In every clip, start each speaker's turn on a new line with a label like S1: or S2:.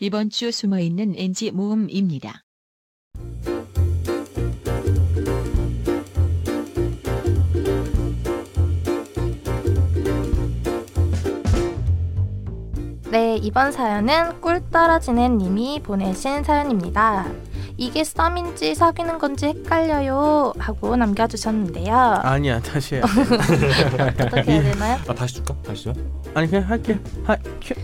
S1: 이번 주 숨어있는 NG 모음입니다.
S2: 네, 이번 사연은 꿀 떨어지는 님이 보내신 사연입니다. 이게 썸인지 사귀는 건지 헷갈려요 하고 남겨주셨는데요.
S3: 아니야 다시 해
S2: 어떻게 해야 되나요?
S4: 아 다시 줄까? 다시 줘.
S3: 아니 그냥 할게 하, 큐.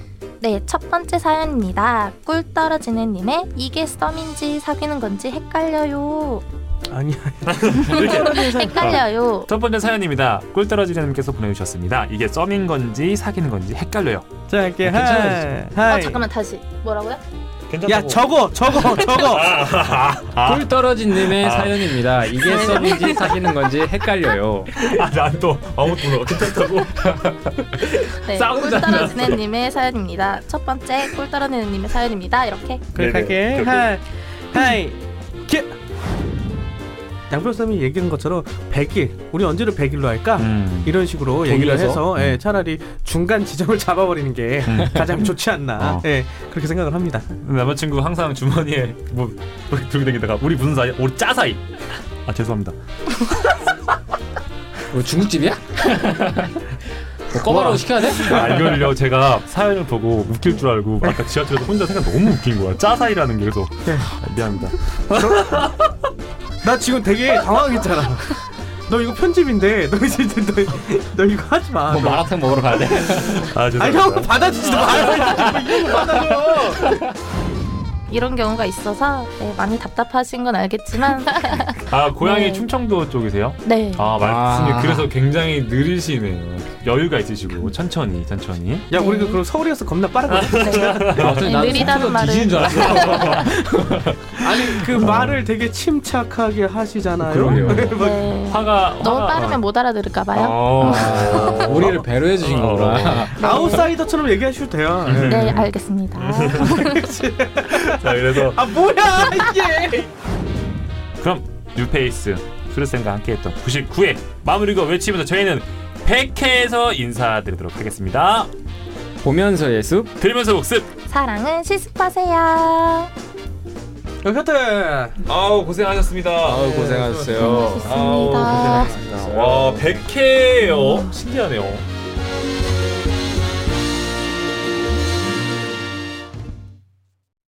S2: 네, 첫 번째 사연입니다. 꿀 떨어지는 님의 이게 썸인지 사귀는 건지 헷갈려요.
S3: 아니야
S4: 네, 이렇게
S2: 헷갈려요. 어,
S4: 첫 번째 사연입니다. 꿀 떨어지려님께서 보내주셨습니다. 이게 썸인 건지 사귀는 건지 헷갈려요.
S3: 자 할게
S4: 괜찮아요,
S2: 어,
S3: 하이
S2: 잠깐만 다시 뭐라고요?
S3: 야 저거 저거 저거
S5: 꿀 떨어진 님의
S4: 아.
S5: 사연입니다. 이게 썸인지 사귀는 건지 헷갈려요.
S4: 아난또 아무것도 몰라. 괜찮다고.
S2: 네,
S4: 싸우지
S2: 꿀 떨어지는 님의 사연입니다. 첫 번째 꿀 떨어지는 님의 사연입니다. 이렇게
S3: 그래
S4: 네네,
S3: 갈게
S4: 오케이,
S3: 하이 하이 큐 양표쌤이 얘기한 것처럼 100일 우리 언제로 100일로 할까?
S4: 음.
S3: 이런 식으로
S5: 동의해서?
S3: 얘기를 해서 예,
S4: 음.
S3: 차라리 중간 지점을 잡아버리는 게
S4: 음.
S3: 가장 좋지 않나
S4: 어.
S3: 예, 그렇게 생각을 합니다.
S4: 남자친구 항상 주머니에 뭐 이렇게 들고 다니다가 우리 무슨 사이? 우리 짜 사이. 아 죄송합니다.
S5: 뭐 중국집이야? 뭐 꼬바로우 시켜야 돼?
S4: 아, 이걸요 제가 사연을 보고 웃길 줄 알고 아까 지하철에서 혼자 생각 너무 웃긴 거야. 짜 사이라는 게 그래서
S3: 네.
S4: 아, 미안합니다.
S3: 나 지금 되게 당황했잖아. 너 이거 편집인데 너 이제 너, 너 이거 하지 마.
S5: 뭐 마라탕 먹으러 가야 돼?
S4: 아
S3: 아니 형
S4: 죄송합니다. 뭐
S3: 받아주지도 마. 이런 거 받아줘.
S2: 이런 경우가 있어서 네, 많이 답답하신 건 알겠지만
S4: 아 고향이
S2: 네.
S4: 충청도 쪽이세요?
S2: 네.
S4: 아 말씀이
S5: 아.
S4: 그래서 굉장히 느리시네요. 여유가 있으시고 천천히 천천히.
S3: 야 우리 그 그럼 서울이어서 겁나 빠르거든.
S4: 아.
S2: 네.
S5: 갑자기 나도
S2: 느리다는
S5: 성격
S2: 말은-
S5: 뒤지는 줄 알았어.
S3: 아니 그 말을 되게 침착하게 하시잖아요.
S4: 그러게요.
S2: 네.
S4: 화가
S2: 너무
S4: 화가-
S2: 빠르면 못 알아들을까 봐요.
S4: 어.
S5: 아, 우리를 배려해 주신
S4: 어.
S5: 거구나.
S3: 아웃사이더처럼 얘기하셔도 돼요. 예.
S2: 네, 알겠습니다.
S4: 자 그래서
S3: 아 뭐야 이게.
S4: 그럼 뉴페이스 수르쌤과 함께했던 99회 마무리고 외치면서 저희는 100회에서 인사드리도록 하겠습니다.
S5: 보면서 예습.
S4: 들으면서 복습.
S2: 사랑은 실습하세요.
S5: 어,
S3: 여기 하트.
S4: 아우 고생하셨습니다.
S5: 아우 고생하셨어요.
S2: 고생하셨습니다.
S4: 와 100회요. 신기하네요.